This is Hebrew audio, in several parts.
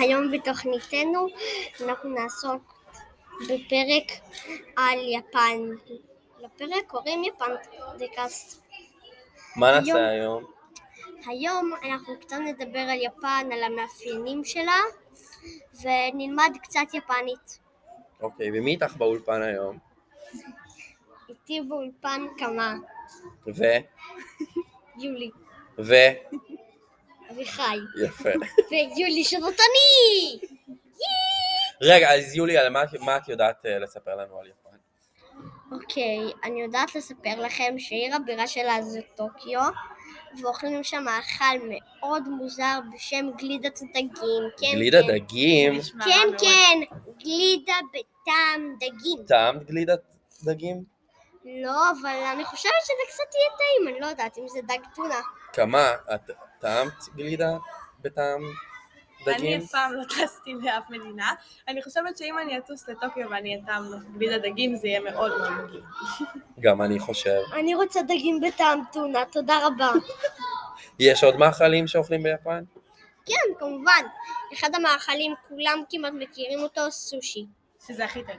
היום בתוכניתנו אנחנו נעסוק בפרק על יפן. לפרק קוראים יפן דקאסט. מה היום- נעשה היום? היום אנחנו קצת נדבר על יפן, על המאפיינים שלה, ונלמד קצת יפנית. אוקיי, ומי איתך באולפן היום? איתי באולפן קמה, ו? יולי, ו? אביחי, יפה. ויולי שזאת אני! רגע, אז יולי, על מה, מה את יודעת אה, לספר לנו על יפן? אוקיי, אני יודעת לספר לכם שעיר הבירה שלה זה טוקיו, ואוכלים שם מאכל מאוד מוזר בשם גלידת דגים. כן, גלידה כן. דגים? נשמע רע כן, מאוד. כן, גלידה בטעם דגים. טעם גלידת דגים? לא, אבל אני חושבת שזה קצת יהיה טעים, אני לא יודעת אם זה דג טונה. כמה? את טעמת גלידה בטעם דגים? אני אף פעם לא טסתי לאף מדינה. אני חושבת שאם אני אטוס לטוקיו ואני אטעם בלי הדגים, זה יהיה מאוד מאוד מגעיל. גם אני חושב. אני רוצה דגים בטעם טונה, תודה רבה. יש עוד מאכלים שאוכלים ביפן? כן, כמובן. אחד המאכלים, כולם כמעט מכירים אותו, סושי. שזה הכי טעים.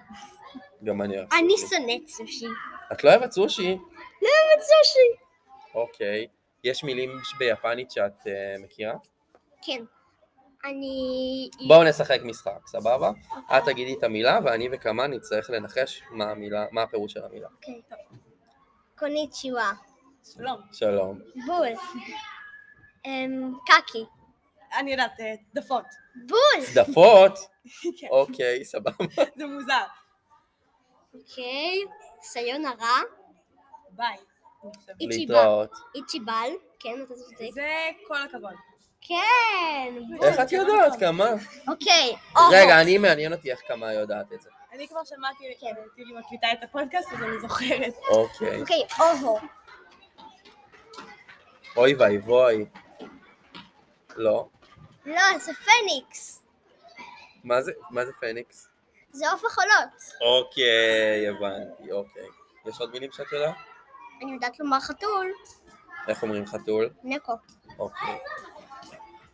גם אני אוהב. אני סושי. שונאת סושי. את לא אוהבת סושי? באמת סושי. אוקיי. יש מילים ביפנית שאת אה, מכירה? כן. אני... בואו נשחק משחק, סבבה? את תגידי את המילה ואני וכמה נצטרך לנחש מה המילה, מה הפירוש של המילה. אוקיי. קוניצ'יווה. שלום. שלום. בול. אמ, קקי. אני יודעת, אה, דפות. בול! צדפות? כן, אוקיי, סבבה. זה מוזר. אוקיי. סיונרה. ביי. אני חושבת. איצ'יבה. להתראות. איצ'יבל. כן, אתה צודק. זה כל הכבוד. כן! בול. איך את יודעת כמה? אוקיי. אוהו. רגע, אני מעניין אותי איך כמה יודעת את זה. אני כבר שמעתי, אה, כן. טילי מקליטה את הפודקאסט, אז אני זוכרת. אוקיי. אוקיי, אוהו. אוי ואי ווי. לא. לא, זה פניקס. מה זה, מה זה פניקס? זה עוף החולות. אוקיי, הבנתי, אוקיי. יש עוד מילים שאת יודעת? אני יודעת לומר חתול. איך אומרים חתול? נקו. אוקיי.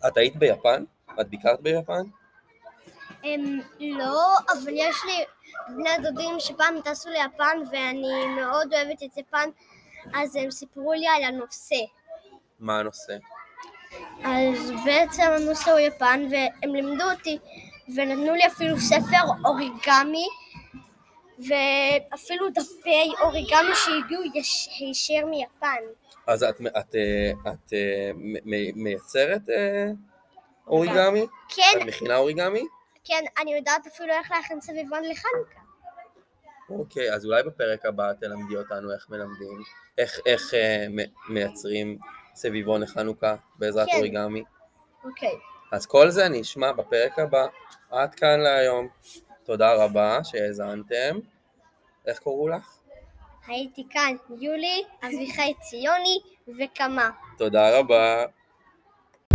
את היית ביפן? את ביקרת ביפן? אמ, לא, אבל יש לי בני דודים שפעם טסו ליפן ואני מאוד אוהבת את יפן, אז הם סיפרו לי על הנושא. מה הנושא? אז בעצם הנושא הוא יפן, והם לימדו אותי, ונתנו לי אפילו ספר אוריגמי, ואפילו דפי אוריגמי שהגיעו יש- הישר מיפן. אז את, את, אה, את אה, מ- מ- מייצרת אה, אוריגמי? כן, את מכינה אוריגמי? כן, אני יודעת אפילו איך להכין סביבון לחנוכה. אוקיי, אז אולי בפרק הבא תלמדי אותנו איך מלמדים, איך, איך אה, מ- מייצרים סביבון לחנוכה בעזרת כן. אוריגמי. אוקיי. אז כל זה נשמע בפרק הבא. עד כאן להיום. תודה רבה שהאזנתם. איך קראו לך? הייתי כאן יולי, אביחי ציוני וקמה. תודה רבה.